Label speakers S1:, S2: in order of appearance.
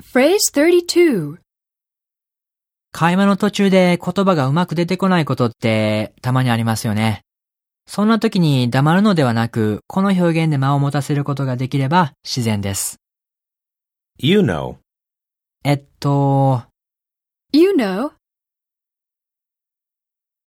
S1: Phrase 32.
S2: 会話の途中で言葉がうまく出てこないことってたまにありますよね。そんな時に黙るのではなく、この表現で間を持たせることができれば自然です。
S3: You know.
S2: えっと、
S1: You know,